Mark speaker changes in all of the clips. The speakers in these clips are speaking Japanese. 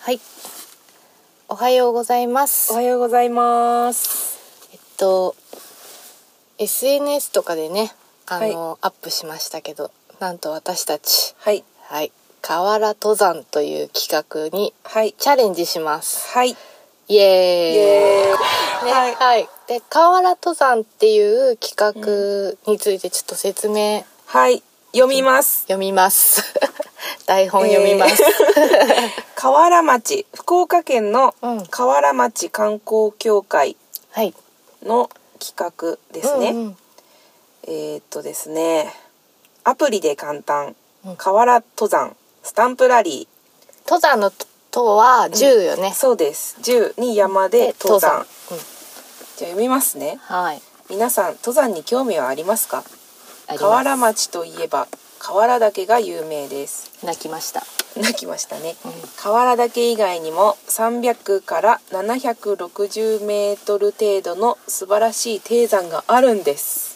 Speaker 1: はい。おはようございます
Speaker 2: お。はようございます。
Speaker 1: えっと SNS とかでね、あの、アップしましたけど、なんと私たち
Speaker 2: はい。
Speaker 1: はい河原登山という企画に
Speaker 2: はい。
Speaker 1: チャレンジします。
Speaker 2: はい。イ
Speaker 1: イエーイ。
Speaker 2: エーイ
Speaker 1: ね
Speaker 2: はい。
Speaker 1: はい、で河原登山っていう企画についてちょっと説明
Speaker 2: はい。読みます。
Speaker 1: 読みます。 台本読みます。
Speaker 2: 河原町、福岡県の
Speaker 1: うん
Speaker 2: 河原町観光協会
Speaker 1: はい。
Speaker 2: の企画ですね。
Speaker 1: うんうん
Speaker 2: えー、っとですね。アプリで簡単
Speaker 1: うん。
Speaker 2: 河原登山、スタンプラリ
Speaker 1: 登山のとは10よね
Speaker 2: ー。。そうです。10に山で登山。じゃあ読みますね。
Speaker 1: うんはい。
Speaker 2: 皆さん、登山に興味はありますか
Speaker 1: あります
Speaker 2: 河原町といえば、河原岳が有名です。
Speaker 1: 泣きました。
Speaker 2: 泣きましたね、
Speaker 1: うん
Speaker 2: 河原岳以外にも300から760メートル程度の素晴らしい低山があるんです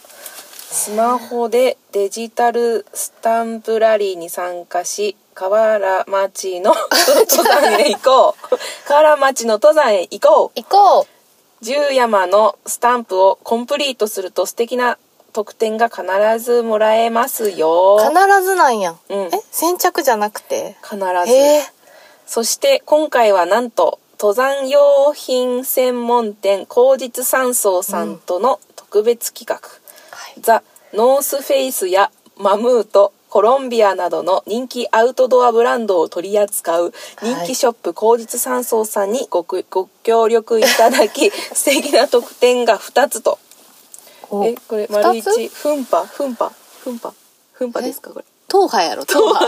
Speaker 2: スマホでデジタルスタンプラリーに参加し河原町の 登山へ行こう河原町の登山へ行こう
Speaker 1: 行こう。
Speaker 2: 10山のスタンプをコンプリートすると素敵な特典が必ずもらえますよ
Speaker 1: 必ずなんや。
Speaker 2: うん
Speaker 1: え、先着じゃなくて。
Speaker 2: 必ず
Speaker 1: え
Speaker 2: そして今回はなんと登山用品専門店高実山荘さんとの特別企画、
Speaker 1: ー、
Speaker 2: ザ・ノースフェイスやマムートコロンビアなどの人気アウトドアブランドを取り扱う
Speaker 1: い
Speaker 2: 人気ショップ高実山荘さんにごく ご協力いただき 素敵な特典が2つと
Speaker 1: お
Speaker 2: えこれ丸
Speaker 1: 二つ
Speaker 2: 一分波分波分波分波ですかこれ
Speaker 1: 党派やろ、党派。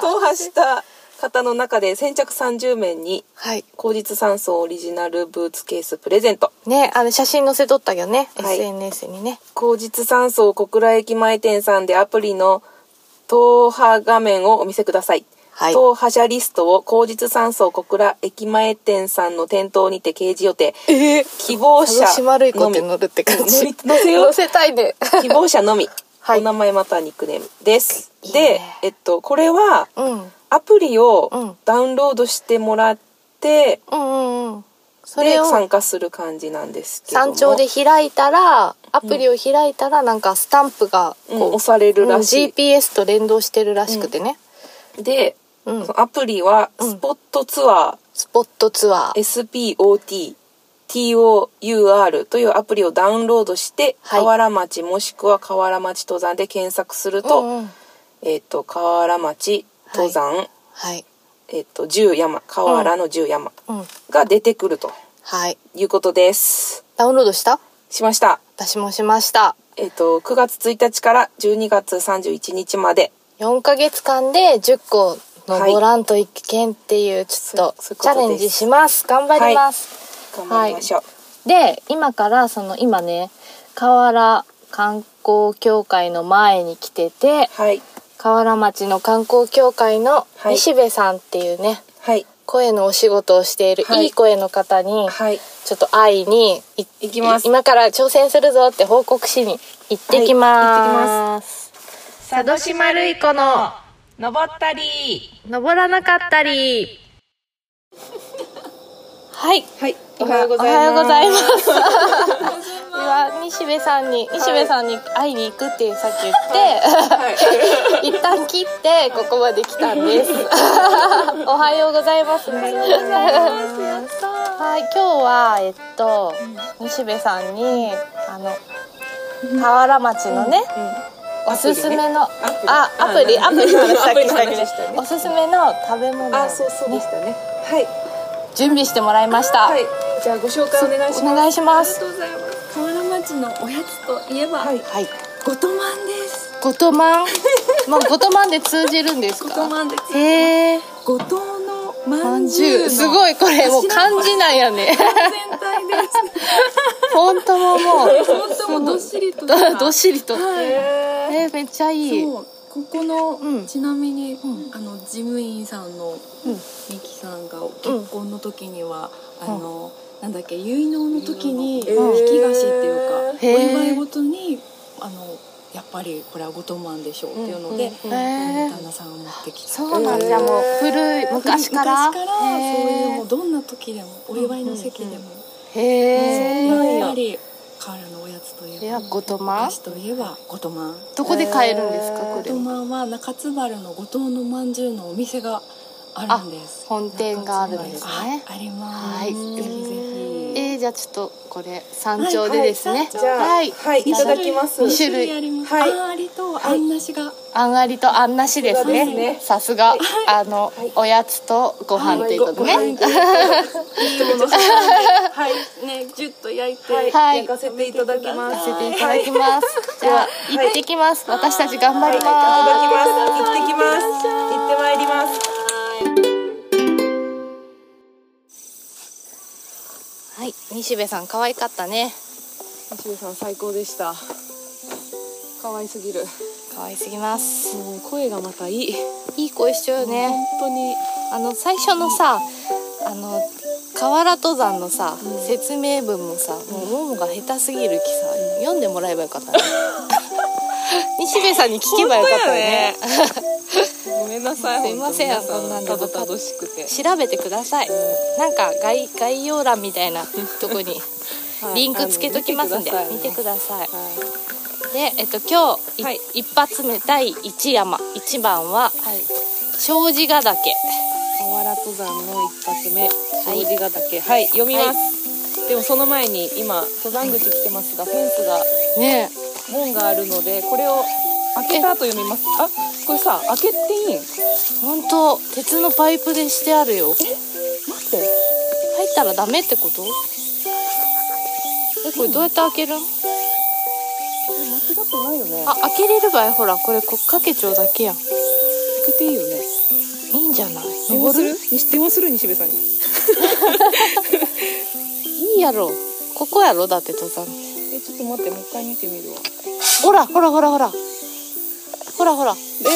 Speaker 2: 踏破した方の中で先着30名に
Speaker 1: はい。
Speaker 2: 口実山荘オリジナルブーツケースプレゼント
Speaker 1: ね、あの、写真載せとったけどね。
Speaker 2: はい
Speaker 1: SNS にね。
Speaker 2: 口実山荘小倉駅前店さんでアプリの党派画面をお見せください
Speaker 1: はい
Speaker 2: 党派者リストを口実山荘小倉駅前店さんの店頭にて掲示予定
Speaker 1: ええ
Speaker 2: 希望者
Speaker 1: し丸い子
Speaker 2: の
Speaker 1: って
Speaker 2: み
Speaker 1: 乗るって感じ。
Speaker 2: 乗り乗せよう
Speaker 1: 乗せたいで。
Speaker 2: 希望者のみ、
Speaker 1: はい
Speaker 2: お名前またはニックネームです
Speaker 1: いいね
Speaker 2: でえっとこれは
Speaker 1: うん。うん
Speaker 2: アプリ
Speaker 1: うん
Speaker 2: をダウンロードしてもらって、
Speaker 1: うんうん。そ
Speaker 2: で
Speaker 1: れを
Speaker 2: 参加する感じなんですけども
Speaker 1: 山頂で開いたら、アプリを開いたら、なんかスタンプが、
Speaker 2: うん
Speaker 1: こう、
Speaker 2: 押されるらしい
Speaker 1: うん GPS と連動してるらしくてね。
Speaker 2: で、
Speaker 1: うん
Speaker 2: そのアプリは
Speaker 1: うん
Speaker 2: スポットツア
Speaker 1: スポットツアー。
Speaker 2: ー、SPOTTOUR というアプリをダウンロードして、
Speaker 1: はい
Speaker 2: 河原町もしくは河原町登山で検索すると、
Speaker 1: うんうん
Speaker 2: えっ、と河原町登山、
Speaker 1: はい。
Speaker 2: えっ、と十山河原の十山
Speaker 1: うん。
Speaker 2: が出てくると
Speaker 1: はい。
Speaker 2: いうことです。
Speaker 1: ダウンロードした
Speaker 2: しました。
Speaker 1: 私もしました。
Speaker 2: えっ、と9月1日から12月31日まで
Speaker 1: 4ヶ月間で10個登らんといけんっていう、ちょっ
Speaker 2: そうそういう
Speaker 1: と
Speaker 2: ことです
Speaker 1: チャレンジします。頑張ります。
Speaker 2: 頑張りましょう。
Speaker 1: で、今からその今ね、河原観光協会の前に来てて、
Speaker 2: はい
Speaker 1: 河原町の観光協会の
Speaker 2: はい
Speaker 1: 西部さんっていうね、
Speaker 2: はい
Speaker 1: 声のお仕事をしている、
Speaker 2: はい
Speaker 1: いい声の方に、
Speaker 2: はい
Speaker 1: ちょっと会いにい
Speaker 2: 行きます
Speaker 1: 今から挑戦するぞって報告しに行ってき
Speaker 2: は
Speaker 1: ます。佐渡島るい子の
Speaker 2: 登ったり
Speaker 1: 登らなかったり。はい。
Speaker 2: はい、おはようござい
Speaker 1: おはよう
Speaker 2: ます。
Speaker 1: ございます。では西部さんに西部さんに会いに行くってさっき言 って、一旦切ってここまで来たんです。 おはようございます。はい、今日はえっと西部さんにあの河原町のね、おすすめのあアプリアプリの話さっきしたけど、おすすめの食べ物
Speaker 2: あ、そうそうでしたね。はい、
Speaker 1: 準備してもらいました。
Speaker 2: はい、じゃあご紹介お願いし
Speaker 1: お
Speaker 2: ます。
Speaker 1: 願いし
Speaker 3: あ
Speaker 1: ま
Speaker 3: りが
Speaker 1: す
Speaker 3: と。うございます。河原町のおやつといえば、
Speaker 2: はい、
Speaker 1: はい。
Speaker 3: ごとまんです。
Speaker 1: ごとまん。もうごとまんで通じるんですか。
Speaker 3: ごとまんです。
Speaker 1: へえ。
Speaker 3: ごとのま
Speaker 1: まん
Speaker 3: ん
Speaker 1: じ
Speaker 3: じ
Speaker 1: ゅ
Speaker 3: ゅ
Speaker 1: う。
Speaker 3: う。
Speaker 1: すごいこれもう漢字なんや ね。
Speaker 3: 全体です。
Speaker 1: フォントもも
Speaker 3: 最もどっしりとした。
Speaker 1: うどっしりと。
Speaker 3: はい。
Speaker 2: え
Speaker 1: えー、めっちゃいい。
Speaker 3: そう。ここの、
Speaker 1: うん
Speaker 3: ちなみに、
Speaker 1: ん
Speaker 3: あの事務員さん
Speaker 1: う
Speaker 3: の
Speaker 1: ん
Speaker 3: ミキさんが結婚の時には、あのなんだっけ結納の時に
Speaker 2: え
Speaker 3: 引
Speaker 2: ー
Speaker 3: き菓子っていうか、
Speaker 1: へー
Speaker 3: お祝いごとにあのやっぱりこれは五島マンでしょうっていうので、
Speaker 1: へ
Speaker 3: うん
Speaker 1: え
Speaker 3: 旦那さんを持ってきて
Speaker 1: そうなんじゃもう古い昔から
Speaker 3: 昔からそういうもう
Speaker 1: う
Speaker 3: どんな時でもお祝いの席でも、
Speaker 1: へえ
Speaker 3: やっぱりカールのおやつとい
Speaker 1: い
Speaker 3: え
Speaker 1: や
Speaker 3: ば
Speaker 1: ごとま
Speaker 3: 昔といえば五島マン
Speaker 1: どこで買えるんですか
Speaker 2: えー
Speaker 1: こ
Speaker 3: 五
Speaker 1: れ
Speaker 3: 島マンは中津原の五島のまんじゅうのお店があるんです
Speaker 1: 本店があるんですね
Speaker 3: ああります、
Speaker 1: はい
Speaker 3: ぜひぜひ
Speaker 1: えー、じゃあちょっとこれ山頂でですね
Speaker 3: はいはい
Speaker 1: はい
Speaker 2: じゃあはい
Speaker 3: 山頂
Speaker 2: いただきます
Speaker 3: 二
Speaker 1: 二
Speaker 3: 種
Speaker 1: 種
Speaker 3: 類
Speaker 1: 類
Speaker 3: あります。
Speaker 2: はい
Speaker 3: あんありとあんなしが。
Speaker 1: あんありとあんなしです
Speaker 2: そうです
Speaker 1: ね
Speaker 2: ね
Speaker 1: さすがあのおやつとご飯ということね
Speaker 2: ごご飯とはい
Speaker 3: ね、ぎゅっと焼いて。
Speaker 2: はい、
Speaker 1: はい
Speaker 2: 焼かせていただきます。
Speaker 1: させていただきますじゃあ行ってきます私たち頑張ります
Speaker 2: はい、いただきます。行ってきます。行ってまいります。
Speaker 1: はい西部さん可愛かったね
Speaker 2: 西部さん最高でした。可愛すぎる。
Speaker 1: 可愛すぎます
Speaker 2: もう声がまたいい。
Speaker 1: いい声しちゃうよね
Speaker 2: 本当に。
Speaker 1: あの最初のさあの河原登山のさ、
Speaker 2: うん
Speaker 1: 説明文もさもうももが下手すぎるきさ読んでもらえばよか ったね西部さんに聞けばよかったよね
Speaker 2: ごめんなさい。
Speaker 1: すいません
Speaker 2: 本当に皆
Speaker 1: こんな
Speaker 2: さ
Speaker 1: ん
Speaker 2: ん
Speaker 1: で
Speaker 2: たどたどしくて。
Speaker 1: 調べてくださいなんか概概要欄みたいなとこに
Speaker 2: は い
Speaker 1: リンクつけときますんで
Speaker 2: あの
Speaker 1: 見てく
Speaker 2: さ
Speaker 1: ださい
Speaker 2: いね。
Speaker 1: で、えっと、今日、い
Speaker 2: はい
Speaker 1: 一発目第一山一番は
Speaker 2: はい。はい。
Speaker 1: 障子ヶ岳
Speaker 2: 河原登山の一発目
Speaker 1: い
Speaker 2: 障子ヶ岳はい読みます、でもその前に今登山口来てますがフェンスが
Speaker 1: ね
Speaker 2: 門があるのでこれを開けたと読みますあこれさ開けていいん待
Speaker 1: え本当鉄のパイプでしてあるよ
Speaker 2: って
Speaker 1: 入ったらダメってことえこれどうやって開けるん
Speaker 2: え間違ってないよね
Speaker 1: あ開けれる場合ほらこれこっかけちゃうだけやん
Speaker 2: 開けていいよね
Speaker 1: いいんじゃない
Speaker 2: 電話
Speaker 1: 登
Speaker 2: する
Speaker 1: る
Speaker 2: に電話する西部さんに
Speaker 1: いいやろここやろだって登山
Speaker 2: えちょっと待ってもう一回見てみるわ
Speaker 1: ほらほらほらほらほらほら
Speaker 2: えで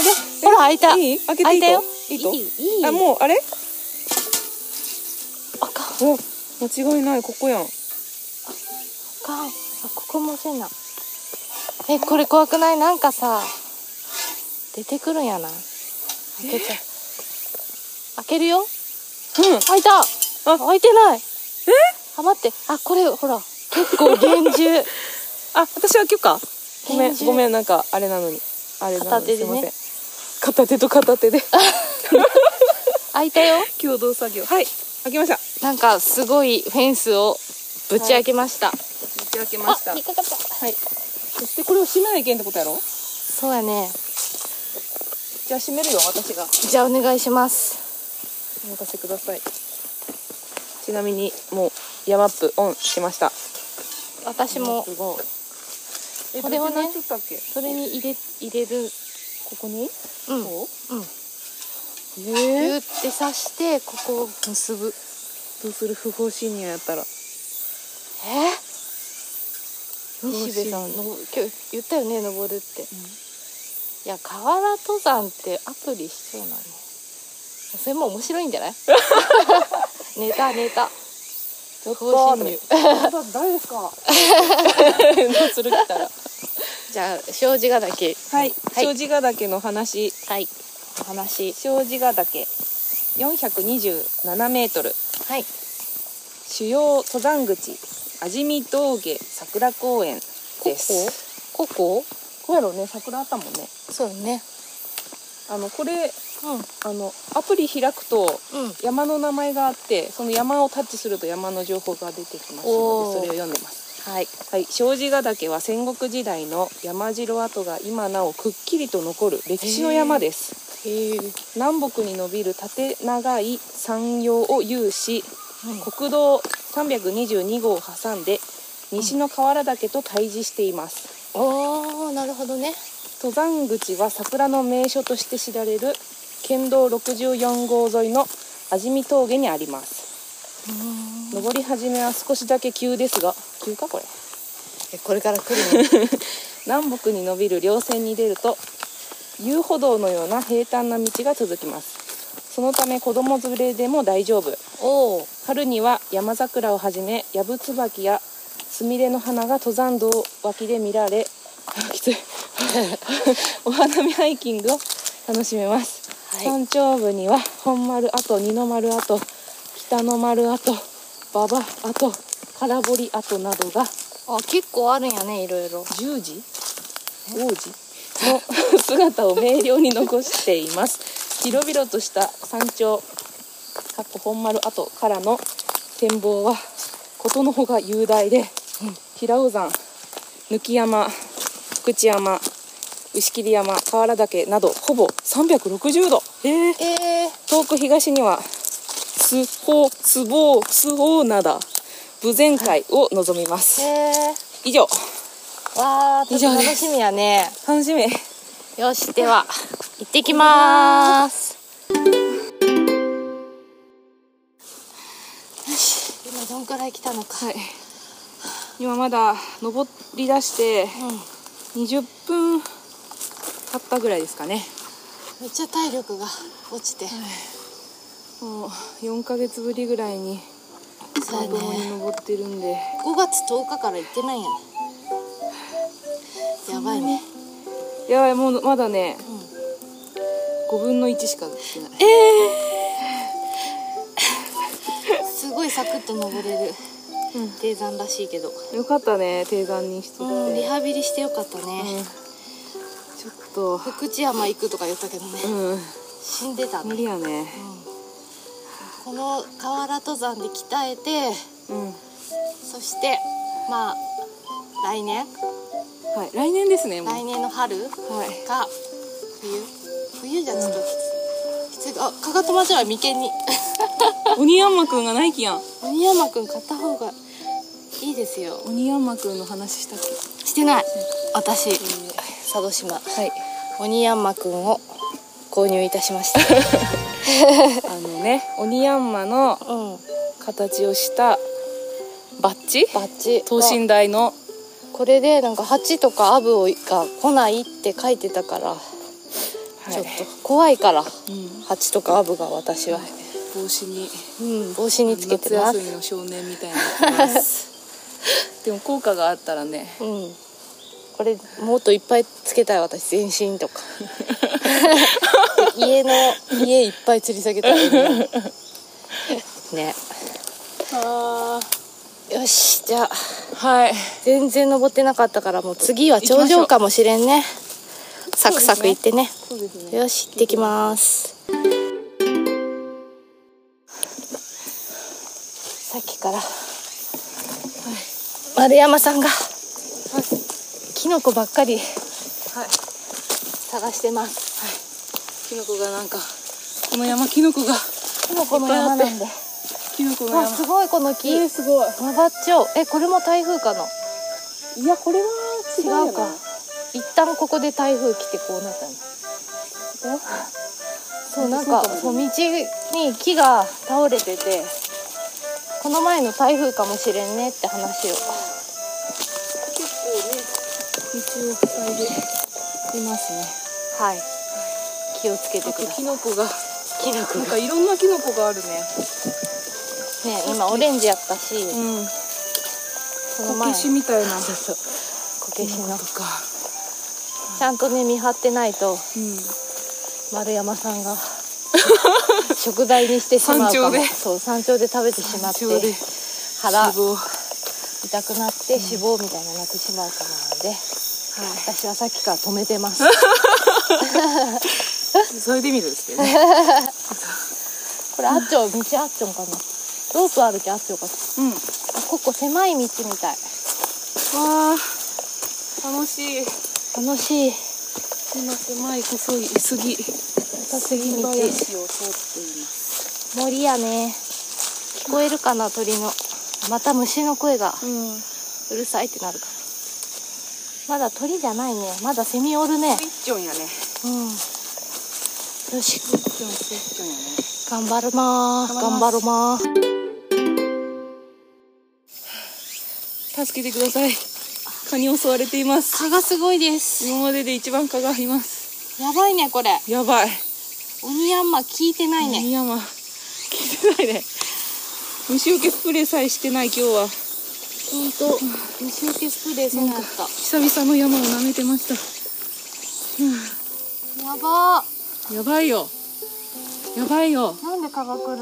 Speaker 1: ほら開いた
Speaker 2: いい開けて
Speaker 1: 開い
Speaker 2: いいと
Speaker 1: たよ
Speaker 2: いいと
Speaker 1: いいいい
Speaker 2: あもうあれ
Speaker 1: あかんあ
Speaker 2: お間違いないここやん
Speaker 1: かんあここもせなえこれ怖くないなんかさ出てくるんやな開けちゃう開けるよ
Speaker 2: うん
Speaker 1: 開いたあ開いてないえあ待ってあこれほら結構厳 重
Speaker 2: あ、私は許可。ごめん、
Speaker 1: 厳重
Speaker 2: ごめん、なんか、あれなのに。あれなの
Speaker 1: 片
Speaker 2: に。
Speaker 1: 手
Speaker 2: す
Speaker 1: で
Speaker 2: いません
Speaker 1: ね。
Speaker 2: 片手と片 手で。
Speaker 1: 開いたよ
Speaker 2: 共同作業。はい。開けました。
Speaker 1: なんかすごいフェンスをぶち開けました、
Speaker 2: 打ち開けました。
Speaker 1: あ
Speaker 2: は
Speaker 1: 引っかかった
Speaker 2: い。そして、これを閉めないけんってことやろ
Speaker 1: そうやね
Speaker 2: じゃあ、閉めるよ、私が。
Speaker 1: じゃあお願いします
Speaker 2: お任せください。ちなみに、もう、ヤマップオンしました。
Speaker 1: 私も
Speaker 2: すごい。え、
Speaker 1: これをね
Speaker 2: どうやって鳴いとったっけ。
Speaker 1: それに入れ入れる
Speaker 2: ここに。
Speaker 1: うんギ
Speaker 2: こ
Speaker 1: うん
Speaker 2: う。ええ。
Speaker 1: ュって刺してここを結ぶ
Speaker 2: どうする、不法侵入やったら。
Speaker 1: え
Speaker 2: どうしよう
Speaker 1: 西部さんのぼ今日言ったよね登るって、いや河原登山ってアプリ必要なのそれも面白いん じゃないネタネタ
Speaker 2: ちょっ
Speaker 1: とね
Speaker 2: と誰ですか。 どうする来たら。
Speaker 1: じゃあ障子がだけ
Speaker 2: はい、
Speaker 1: はい
Speaker 2: 障子ヶ岳の話
Speaker 1: はいお話
Speaker 2: 障子ヶ岳427メートル
Speaker 1: はい
Speaker 2: 主要登山口味見峠桜公園です
Speaker 1: ここ
Speaker 2: ここやろね桜あったもんね
Speaker 1: そうね
Speaker 2: あのこれ
Speaker 1: うん
Speaker 2: あのアプリ開くと
Speaker 1: うん
Speaker 2: 山の名前があってその山をタッチすると山の情報が出てきますので
Speaker 1: おー
Speaker 2: それを読んでます
Speaker 1: はい
Speaker 2: はい、障子ヶ岳は戦国時代の山城跡が今なおくっきりと残る歴史の山です
Speaker 1: へえ
Speaker 2: 南北に伸びる縦長い山陽を有し
Speaker 1: こ
Speaker 2: 国道322号を挟んで西の河原岳と対峙しています
Speaker 1: おーなるほどね
Speaker 2: 登山口は桜の名所として知られる県道64号沿いの味見峠にあります登り始めは少しだけ急ですが急かこれ
Speaker 1: えこれから来るの
Speaker 2: 南北に伸びる稜線に出ると遊歩道のような平坦な道が続きますそのため子供連れでも大丈夫
Speaker 1: おお
Speaker 2: 春には山桜をはじめヤブツバキやスミレの花が登山道脇で見られ きついお花見ハイキングを楽しめます、
Speaker 4: はい
Speaker 2: 山頂部には本丸跡二の丸跡北の丸跡馬場跡空堀跡などが
Speaker 1: あ結構あるんやねいろいろ
Speaker 2: 10時王子の姿を明瞭に残しています広々とした山頂かっこ本丸跡からの展望はことのほが雄大で、平尾山貫山福知山牛切山河原岳などほぼ360度
Speaker 1: えー、
Speaker 2: 遠く東には須宝須宝須宝灘豊前海を望みます、
Speaker 1: え
Speaker 2: 以上
Speaker 1: ー、わーちょっと楽しみやね
Speaker 2: 楽しみ
Speaker 1: よしでは行ってきまーすよし今どんくらい来たのか、
Speaker 2: はい、今まだ登り出して
Speaker 1: うん、
Speaker 2: 20分経ったぐらいですかね
Speaker 1: めっちゃ体力が落ちて、
Speaker 2: もう4ヶ月ぶりぐらいに
Speaker 1: そう
Speaker 2: 山
Speaker 1: や
Speaker 2: 道に
Speaker 1: ね
Speaker 2: 登ってるんで、
Speaker 1: 5月10日から行ってないんやねやばいね
Speaker 2: やばいもうまだね、5分の1しか来てない
Speaker 1: すごいサクッと登れる低山らしいけど
Speaker 2: よかったね低山にしと
Speaker 1: う
Speaker 2: っ
Speaker 1: んリ
Speaker 2: て、
Speaker 1: ハビリしてよかった
Speaker 2: うん
Speaker 1: ね
Speaker 2: ちょっと
Speaker 1: 福知山行くとか言ったけどね
Speaker 2: うん
Speaker 1: 死んでた
Speaker 2: 無
Speaker 1: ね
Speaker 2: 理やね
Speaker 1: この河原登山で鍛えて
Speaker 2: うん
Speaker 1: そしてまあ来年
Speaker 2: はい来年ですねもう
Speaker 1: 来年の春
Speaker 2: はい
Speaker 1: か冬冬じゃちょっときついあかかとまじは眉間に
Speaker 2: 鬼山くんがナイキやん
Speaker 1: 鬼山くん買った方がいいですよ
Speaker 2: 鬼山くんの話したっけ
Speaker 1: してない私佐渡島
Speaker 2: はい
Speaker 1: 鬼山くんを購入いたしました
Speaker 2: あのね鬼山の
Speaker 1: うん
Speaker 2: 形をしたバッジ
Speaker 1: バッチ
Speaker 2: 等身大の
Speaker 1: これでなんか蜂とかアブをが来ないって書いてたから、ちょっと怖いから
Speaker 2: うん
Speaker 1: 蜂とかアブが私は、
Speaker 2: 帽子に
Speaker 1: うん、帽子につけてま
Speaker 2: 夏休み
Speaker 1: す
Speaker 2: の少年みたいになってます でも効果があったらね
Speaker 1: うんこれもっといっぱいつけたい私全身 とか家の家いっぱい吊り下げたい ねねよしじゃあ
Speaker 2: はい
Speaker 1: 全然登ってなかったからもう次は頂上かもしれんねサクサクいってね
Speaker 2: そうですね
Speaker 1: よし行ってきますさっきから、丸山さんが、キノコばっかり
Speaker 2: はい
Speaker 1: 探してます
Speaker 2: キノコがなんかこの山キノコが
Speaker 1: キノコの山なんで
Speaker 2: キノコの
Speaker 1: あ
Speaker 2: 山
Speaker 1: すごいこの木
Speaker 2: すごい
Speaker 1: 曲がっちゃうえこれも台風かない
Speaker 2: やこれは違う
Speaker 1: 違う
Speaker 2: か
Speaker 1: か一旦ここで台風来てこうなったのそうなんかそう道に木が倒れててこの前の台風かもしれんねって話を
Speaker 2: 道を塞いでいますね
Speaker 1: はい気をつけて
Speaker 2: あ
Speaker 1: く
Speaker 2: と
Speaker 1: ださ
Speaker 2: キ
Speaker 1: い
Speaker 2: ノコ
Speaker 1: キノコ
Speaker 2: がなん
Speaker 1: ね
Speaker 2: かいろんなキノコがあるね
Speaker 1: 今オレンジやったし、
Speaker 2: うん
Speaker 1: その
Speaker 2: こ
Speaker 1: 前
Speaker 2: けしみたいな
Speaker 1: こけしの
Speaker 2: とか
Speaker 1: ちゃんとね見張ってないと
Speaker 2: うん
Speaker 1: 丸山さんが 食材にしてしまうか
Speaker 2: 山頂
Speaker 1: も
Speaker 2: で
Speaker 1: そう山頂で食べてしまって
Speaker 2: 山頂で
Speaker 1: 腹
Speaker 2: 脂肪は
Speaker 1: 痛くなって脂肪みたいなのになってしまうかもなので、私はさっきから止めて ます
Speaker 2: いそういう意味ですけどね
Speaker 1: これあっちょん道あっちょんかなロープ歩きあっちょんかな
Speaker 2: うんわ
Speaker 1: あここ狭い道みたい
Speaker 2: あ楽しい
Speaker 1: 楽しい
Speaker 2: 今狭い細い杉
Speaker 1: 細すぎ道
Speaker 2: 林を通っています
Speaker 1: 森やね聞こえるかな鳥のまた虫の声が
Speaker 2: うん
Speaker 1: うるさいってなるかなまだ鳥じゃないねまだセミおるね
Speaker 2: 一丁やね
Speaker 1: うんよし
Speaker 2: 一丁一丁やね
Speaker 1: 頑張るまー頑張るまー
Speaker 2: 助けてください蚊に襲われています
Speaker 1: 蚊がすごいです
Speaker 2: 今までで一番蚊がいます
Speaker 1: やばいねこれ
Speaker 2: やばい
Speaker 1: 鬼ヤンマ効いてないね
Speaker 2: 鬼山聞いてないね虫除けスプレーさえしてない今日は
Speaker 1: 本当虫除けスプレーせなかった
Speaker 2: 久々の山を舐めてました
Speaker 1: やば
Speaker 2: やばいよやばいよ
Speaker 1: なんで蚊が来るん
Speaker 2: 9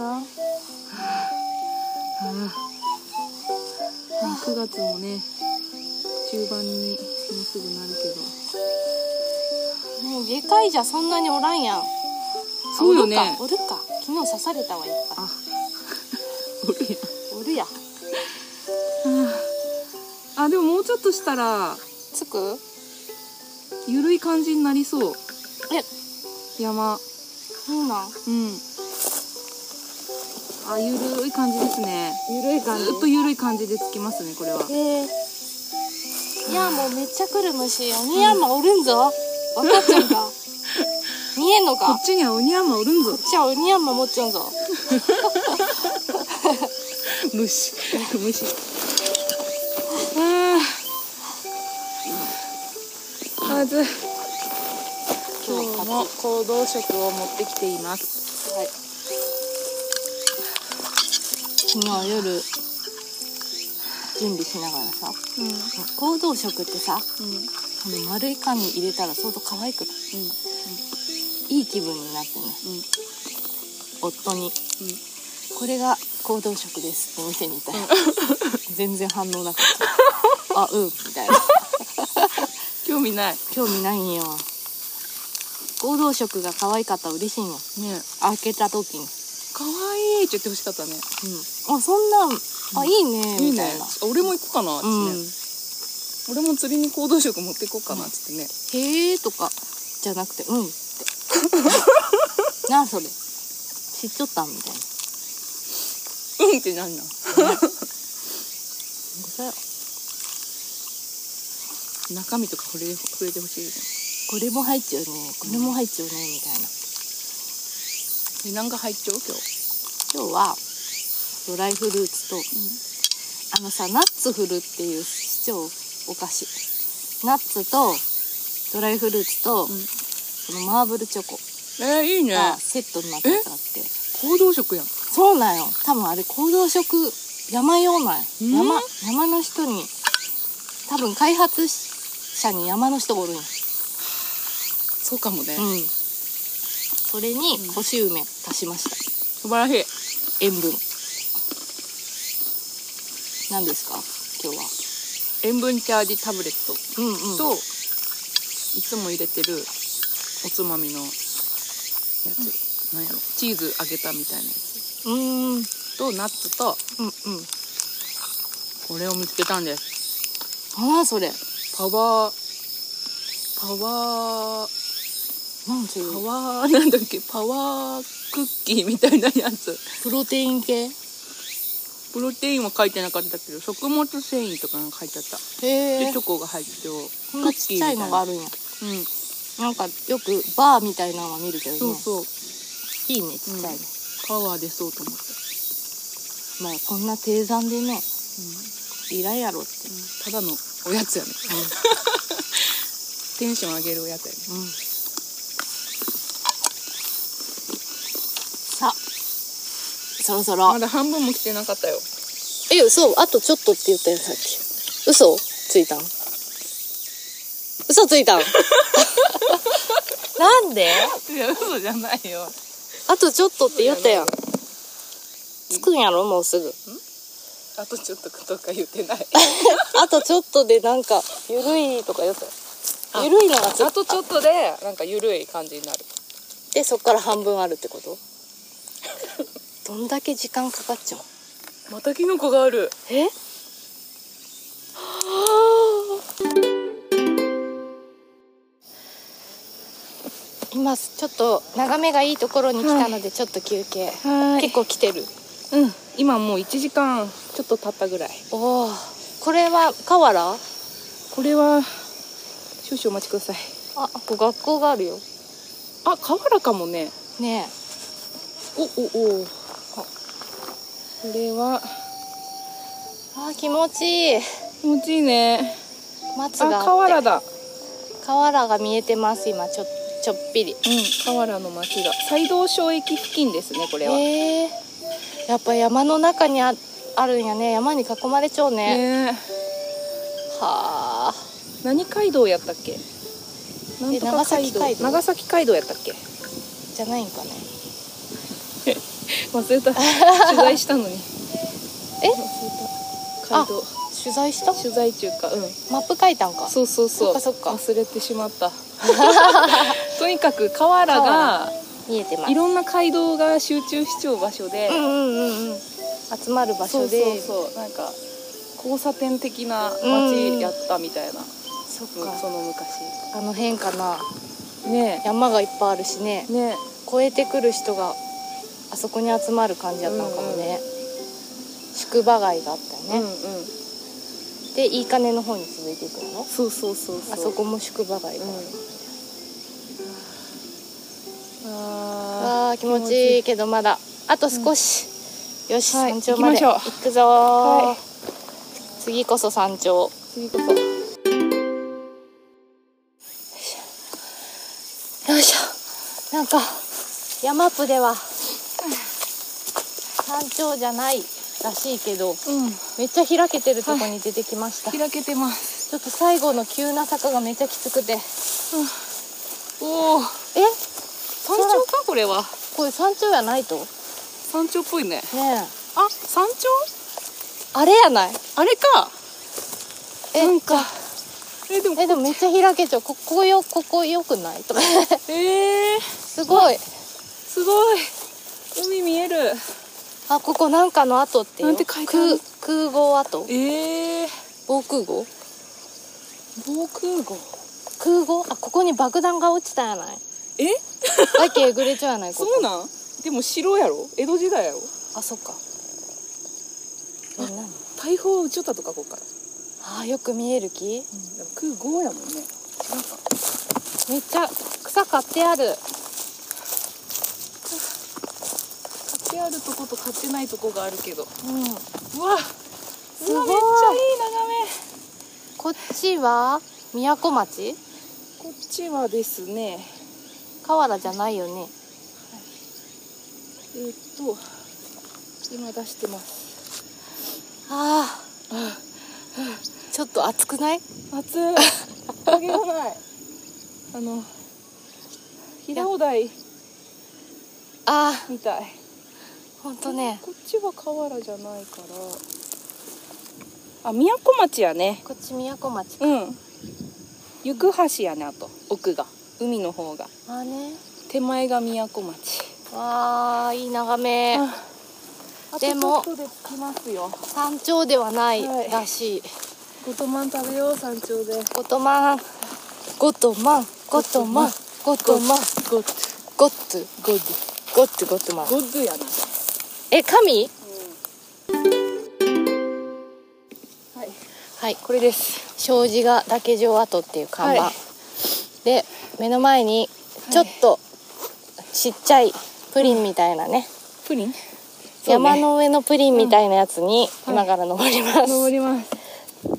Speaker 2: 月もね中盤にもうすぐなるけど
Speaker 1: もう外科医じゃそんなにおらんやん
Speaker 2: そうよね
Speaker 1: あおるかおるか昨日刺されたわいっぱい
Speaker 2: おるやん
Speaker 1: おるや
Speaker 2: あでももうちょっとしたら
Speaker 1: つく
Speaker 2: ゆるい感じになりそう
Speaker 1: え
Speaker 2: 山
Speaker 1: そうなん
Speaker 2: うんあゆるい感じですね
Speaker 1: ゆるい感
Speaker 2: ずっとゆるい感じでつきますねこれは
Speaker 1: えー、いやもうめっちゃ来る虫鬼山おるん ぞ分かっちゃうか見えんの
Speaker 2: こ
Speaker 1: か
Speaker 2: っちには鬼山おるん
Speaker 1: こ
Speaker 2: ぞ
Speaker 1: っちは鬼山持っちゃうんぞ
Speaker 2: 虫虫あーまずい今日も行動食を持ってきています
Speaker 1: はい昨日夜準備しながらさ、行動食ってさ、この丸い缶に入れたら相当可愛くない、いい気分になってね、夫に、これが行動食です」って店に行ったら、 全然反応なかった「あうん」みたい な
Speaker 2: 興味ない
Speaker 1: 興味ないんよ行動食が可愛かったら嬉しいんよ
Speaker 2: ね
Speaker 1: 開けた時に
Speaker 2: 可愛いって言ってほしかったね
Speaker 1: うん、あそんなんあいいね
Speaker 2: いい
Speaker 1: みた
Speaker 2: ね
Speaker 1: いな、
Speaker 2: 俺も行こうかなってね、
Speaker 1: うん、
Speaker 2: 俺も釣りに行動食持って行こうかなっつってね、
Speaker 1: へえとかじゃなくてうんってなあそれ知っとったんみたいな
Speaker 2: うん、ってなんな
Speaker 1: ご
Speaker 2: ん
Speaker 1: さ
Speaker 2: 中身とか触れ触れてほしいよね
Speaker 1: これも入っちゃうねこれも入っちゃうねみたいな
Speaker 2: えなんか入っちゃう今日
Speaker 1: 今日はドライフルーツと、あのさナッツフルっていう市長お菓子ナッツとドライフルーツと、そのマーブルチョコ
Speaker 2: えー、いいね
Speaker 1: がセットになったやつがあって、
Speaker 2: 行動食やん
Speaker 1: そうなんよ多分あれ行動食山用なんよ
Speaker 2: ん
Speaker 1: 山山の人に多分開発者に山の人がおるんよ
Speaker 2: そうかもね、
Speaker 1: うんそれに干し梅足しました
Speaker 2: 素晴らしい
Speaker 1: 塩分何ですか今日は
Speaker 2: 塩分チャージタブレット
Speaker 1: うんうん
Speaker 2: と、いつも入れてるおつまみのやつ、なんやろチーズ揚げたみたいなやつ
Speaker 1: うーん
Speaker 2: とナッツと
Speaker 1: うんうん
Speaker 2: これを見つけたんです
Speaker 1: 何やそれ
Speaker 2: パワーパワー
Speaker 1: 何それ
Speaker 2: パワーなんだっけパワークッキーみたいなやつ
Speaker 1: プロテイン系
Speaker 2: プロテインは書いてなかったけど食物繊維とかなんか書いてあった
Speaker 1: へ
Speaker 2: で
Speaker 1: え
Speaker 2: チョコが入ってる
Speaker 1: こんなちっちゃいのがあ
Speaker 2: る
Speaker 1: るんや
Speaker 2: うん
Speaker 1: なんかよくバーみたいなのは見るけどね
Speaker 2: そうそう
Speaker 1: いいねちっちゃいの、
Speaker 2: パワー出そうと思った
Speaker 1: まあこんな低山でね、いらんやろって、
Speaker 2: ただのおやつやねテンション上げるおやつやね
Speaker 1: さあそろそろ
Speaker 2: まだ半分も来てなかったよ
Speaker 1: え嘘あとちょっとって言ったよさっき嘘ついたん嘘ついたん なんで
Speaker 2: いや嘘じゃないよ
Speaker 1: あとちょっとって言ったやんつくんやろもうすぐ
Speaker 2: あとちょっととか言ってない
Speaker 1: あとちょっとでなんかゆるいとか言ったよゆるいのがつ
Speaker 2: あとちょっとでなんかゆるい感じになる
Speaker 1: でそっから半分あるってことどんだけ時間かかっちゃう
Speaker 2: またキノコがある
Speaker 1: え 今ちょっと眺めがいいところに来たのでちょっと休憩、
Speaker 2: は
Speaker 1: 結構来てる
Speaker 2: うん今もう1時間ちょっと経ったぐらい
Speaker 1: おおこれは河原あ
Speaker 2: これは少々お待ちください
Speaker 1: ここ学校があるよ
Speaker 2: あ河原かもね
Speaker 1: ね
Speaker 2: おおおこれは
Speaker 1: えあー気持ちいい
Speaker 2: 気持ちいいね
Speaker 1: 松
Speaker 2: あ
Speaker 1: があって
Speaker 2: 河原だ
Speaker 1: 河原が見えてます今ちょちょっぴり
Speaker 2: うん、河原の町だ。西道省駅付近ですね、これは。ね
Speaker 1: へえやっぱ山の中にああるんやね山に囲まれちゃうね
Speaker 2: え
Speaker 1: はあ
Speaker 2: 何街道やったっけ？なんとか
Speaker 1: 長崎街道
Speaker 2: 長崎街道やったっけ
Speaker 1: じゃないんかね
Speaker 2: 忘 れた取材したのに
Speaker 1: え
Speaker 2: 忘れた街道
Speaker 1: 取材した
Speaker 2: 取材中かうん
Speaker 1: マップ書いたんか
Speaker 2: そうそうそう
Speaker 1: そっか
Speaker 2: 忘れてしまった とにかく河原が
Speaker 1: 見えてます
Speaker 2: いろんな街道が集中しちゃう場所で、
Speaker 1: うんうんうんうん集まる場
Speaker 2: そ
Speaker 1: 所
Speaker 2: うそ
Speaker 1: で
Speaker 2: うそうなんか交差点的な街やったみたいな、
Speaker 1: そっ
Speaker 2: うんその昔
Speaker 1: あの辺かな
Speaker 2: ね
Speaker 1: 山がいっぱいあるしね
Speaker 2: えね
Speaker 1: 越えてくる人があそこに集まる感じだったのかもね、宿場街があったよ
Speaker 2: え
Speaker 1: ね、
Speaker 2: うんうん
Speaker 1: でいい金の方に続いていくの
Speaker 2: そうそうそうそう
Speaker 1: あそこも宿場街
Speaker 2: う
Speaker 1: が、
Speaker 2: んあ
Speaker 1: わあ気持ちいいけどまだあと少し、よし、
Speaker 2: はい
Speaker 1: 山頂まで
Speaker 2: 行きま
Speaker 1: 行
Speaker 2: しょ
Speaker 1: くぞー、
Speaker 2: はい
Speaker 1: 次こそ山頂
Speaker 2: ー次こそ
Speaker 1: よいしょなんか山プでは山頂じゃないらしいけど
Speaker 2: う
Speaker 1: めっちゃ開けてるとこに出てきました、
Speaker 2: ん開けてます
Speaker 1: ちょっと最後の急な坂がめっちゃきつくてえ
Speaker 2: おお山頂かこれは
Speaker 1: これ山頂やないとね
Speaker 2: 山頂っぽいね
Speaker 1: え
Speaker 2: あ山頂
Speaker 1: あれやない
Speaker 2: あれか
Speaker 1: え
Speaker 2: なんかえでも
Speaker 1: えでもめっちゃ開けちゃうここよここよくないとか
Speaker 2: えー、
Speaker 1: すごい
Speaker 2: すごい海見える
Speaker 1: あここなんかの跡ってよ
Speaker 2: なんて書いてある
Speaker 1: 空空壕跡
Speaker 2: ええー、
Speaker 1: 防空壕
Speaker 2: 防空壕
Speaker 1: 空壕あここに爆弾が落ちたやない
Speaker 2: え
Speaker 1: だけえぐれちゃうやないここ
Speaker 2: そうなんでも城やろ江戸時代やろ
Speaker 1: あそっかえ何
Speaker 2: 大砲撃ちよったとかこっから、
Speaker 1: あーよく見える木
Speaker 2: でも空壕やもんね
Speaker 1: めっちゃ草買ってある
Speaker 2: 買ってあるとこと買ってないとこがあるけど
Speaker 1: うん
Speaker 2: うわ
Speaker 1: ごいう
Speaker 2: わめっちゃいい眺
Speaker 1: こっちは宮古町
Speaker 2: めこっちはですね
Speaker 1: 河原じゃないよね
Speaker 2: えーっと今出してます
Speaker 1: ああちょっと暑くない
Speaker 2: 熱い影がないあの平尾台
Speaker 1: あ
Speaker 2: みたい
Speaker 1: あほんとね
Speaker 2: こっちは河原じゃないからあ宮古町やね
Speaker 1: こっち宮古町か
Speaker 2: うん行く橋やねあと奥が海の方が
Speaker 1: あーね
Speaker 2: 手前が宮古町
Speaker 1: わあいい眺め
Speaker 2: あと
Speaker 1: でも
Speaker 2: ちょっとで着きますよ
Speaker 1: 山頂ではない
Speaker 2: はい
Speaker 1: らしい
Speaker 2: ごとまん食べよう山頂で
Speaker 1: ゴトマンゴトマンゴトマンゴトマン
Speaker 2: ゴッ
Speaker 1: ゴッツ
Speaker 2: ドゴッ
Speaker 1: ゴッツゴトマン
Speaker 2: ドゴッドやな
Speaker 1: え神
Speaker 2: はい
Speaker 1: はい
Speaker 2: これです
Speaker 1: 障子が岳城跡っていう看板、
Speaker 2: はい
Speaker 1: で目の前にちょっとちっちゃいプリンみたいなね、
Speaker 2: プリンそうね
Speaker 1: 山の上のプリンみたいなやつに今から登ります、
Speaker 2: 登ります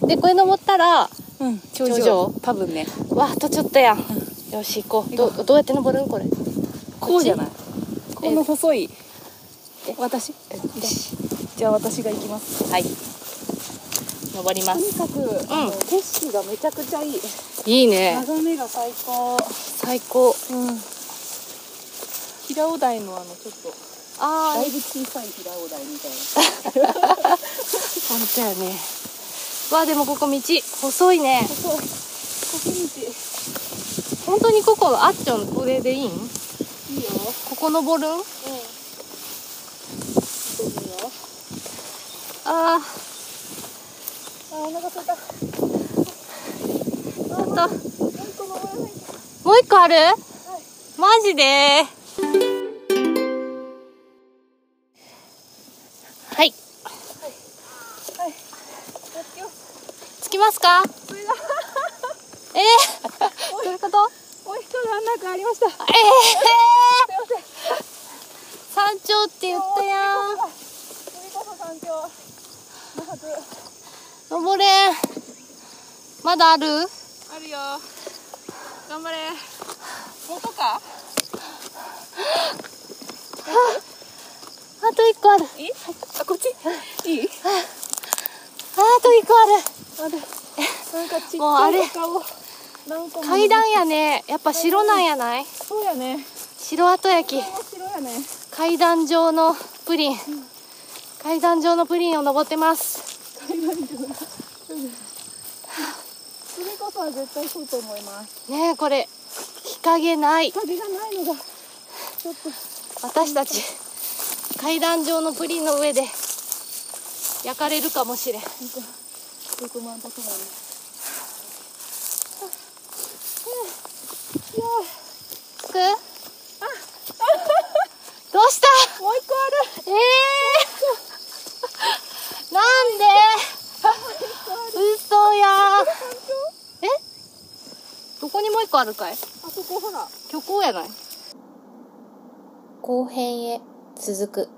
Speaker 1: でこれ登ったら
Speaker 2: うん頂
Speaker 1: 頂上
Speaker 2: 多分ね
Speaker 1: わあとちょっとやん、よし行こうどどうやって登るんこれ
Speaker 2: こうじゃない
Speaker 1: こ
Speaker 2: この細い
Speaker 1: え
Speaker 2: 私
Speaker 1: え
Speaker 2: よしじゃあ私が行きます
Speaker 1: はい登りま
Speaker 2: と
Speaker 1: す
Speaker 2: にかく、あの景色がめちゃくちゃいい
Speaker 1: いいね
Speaker 2: 眺めが最高
Speaker 1: 最高
Speaker 2: うん平尾台のあのちょっと
Speaker 1: ああ
Speaker 2: だい
Speaker 1: 本
Speaker 2: ぶ小さい平尾台みたいな
Speaker 1: 当やねわあでもここ道細いね
Speaker 2: 細い細
Speaker 1: 本当にここあっちょんこれでいいん
Speaker 2: 道いいよ
Speaker 1: ここ登るん
Speaker 2: どうぞよ
Speaker 1: あ
Speaker 2: あお腹空いた
Speaker 1: ーあともう一個ある、マジではい着きますかえー、どういうこと
Speaker 2: もう一つ案内がありました
Speaker 1: ええー、山頂って言ったやん
Speaker 2: 次こそ山頂
Speaker 1: 登れんまだある
Speaker 2: あるよ頑張れ元か
Speaker 1: あと一個ある
Speaker 2: いいあこっちいい
Speaker 1: あと一個ある
Speaker 2: あれなんかちっち
Speaker 1: もうあ
Speaker 2: ゃ
Speaker 1: れ
Speaker 2: い顔なんかもう
Speaker 1: 階段やねやっぱ白なんやない
Speaker 2: そうやね
Speaker 1: 白後焼き
Speaker 2: 白やね
Speaker 1: 階段状のプリン階段状のプリンを登ってます
Speaker 2: それこそは絶対そうと思います
Speaker 1: ねえこれ日陰ない
Speaker 2: 壁がないのがちょっと
Speaker 1: 私たち階段状のプリンの上で焼かれるかもしれん
Speaker 2: 6万高い
Speaker 1: くどうしたもう一個あるええー、なんで嘘やえどこにもう一個あるかいあそこほら虚構やない
Speaker 5: 後編へ続く